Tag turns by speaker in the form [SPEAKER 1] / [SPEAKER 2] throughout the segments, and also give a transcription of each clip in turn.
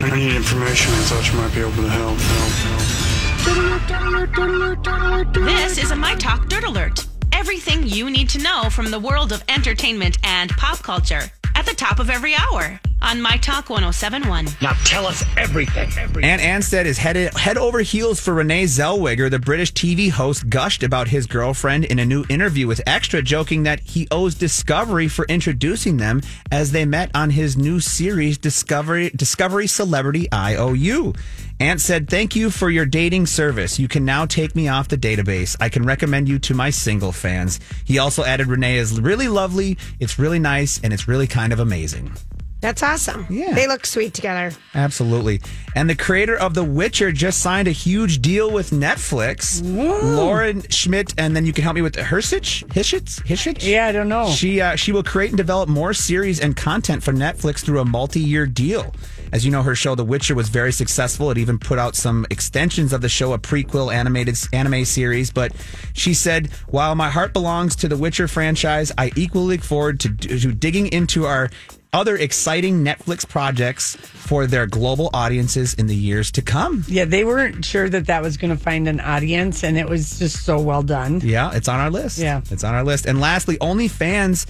[SPEAKER 1] I need information. I thought you might be able to help. help, help.
[SPEAKER 2] This is a My Talk Dirt Alert. Everything you need to know from the world of entertainment and pop culture at the top of every hour on My Talk 1071.
[SPEAKER 3] Now tell us everything. everything.
[SPEAKER 4] Ann Anstead is head, head over heels for Renee Zellweger. The British TV host gushed about his girlfriend in a new interview with Extra, joking that he owes Discovery for introducing them as they met on his new series, Discovery, Discovery Celebrity IOU. Ant said, Thank you for your dating service. You can now take me off the database. I can recommend you to my single fans. He also added, Renee is really lovely, it's really nice, and it's really kind of amazing.
[SPEAKER 5] That's awesome.
[SPEAKER 4] Yeah.
[SPEAKER 5] They look sweet together.
[SPEAKER 4] Absolutely. And the creator of The Witcher just signed a huge deal with Netflix. Lauren Schmidt, and then you can help me with Hersich? Hishitz? Hishitz?
[SPEAKER 6] Yeah, I don't know.
[SPEAKER 4] She uh, she will create and develop more series and content for Netflix through a multi-year deal. As you know, her show The Witcher was very successful. It even put out some extensions of the show, a prequel animated anime series. But she said, "While my heart belongs to the Witcher franchise, I equally look forward to, to digging into our." Other exciting Netflix projects for their global audiences in the years to come.
[SPEAKER 6] Yeah, they weren't sure that that was going to find an audience, and it was just so well done.
[SPEAKER 4] Yeah, it's on our list.
[SPEAKER 6] Yeah.
[SPEAKER 4] it's on our list. And lastly, OnlyFans.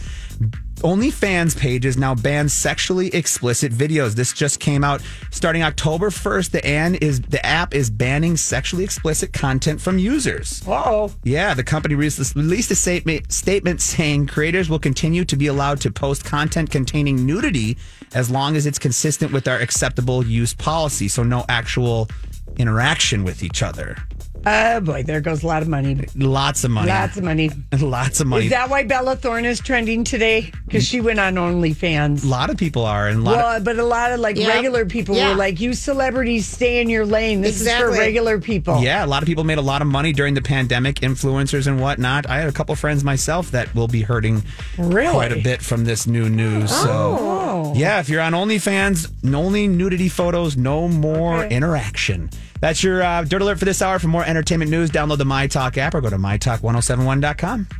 [SPEAKER 4] OnlyFans pages now ban sexually explicit videos. This just came out starting October 1st. The an is the app is banning sexually explicit content from users.
[SPEAKER 6] Uh-oh.
[SPEAKER 4] Yeah, the company re- released a statement, statement saying creators will continue to be allowed to post content containing nudity as long as it's consistent with our acceptable use policy. So no actual interaction with each other.
[SPEAKER 6] Oh, boy, there goes a lot of money.
[SPEAKER 4] Lots of money.
[SPEAKER 6] Lots of money.
[SPEAKER 4] Lots of money.
[SPEAKER 6] Is that why Bella Thorne is trending today? Because she went on OnlyFans.
[SPEAKER 4] a lot of people are, and a lot of,
[SPEAKER 6] Well, but a lot of like
[SPEAKER 5] Yeah.
[SPEAKER 6] regular people
[SPEAKER 5] Yeah.
[SPEAKER 6] were like, "You celebrities stay in your lane. This is
[SPEAKER 5] Exactly.
[SPEAKER 6] for regular people."
[SPEAKER 4] yeah, a lot of people made a lot of money during the pandemic, influencers and whatnot. I had a couple friends myself that will be hurting
[SPEAKER 6] Really? Oh.
[SPEAKER 4] quite a bit from this new news. So, yeah, if you're on OnlyFans, only nudity photos, no more interaction. That's your uh, dirt alert for this hour. For more entertainment news, download the My Talk app or go to mytalk1071.com.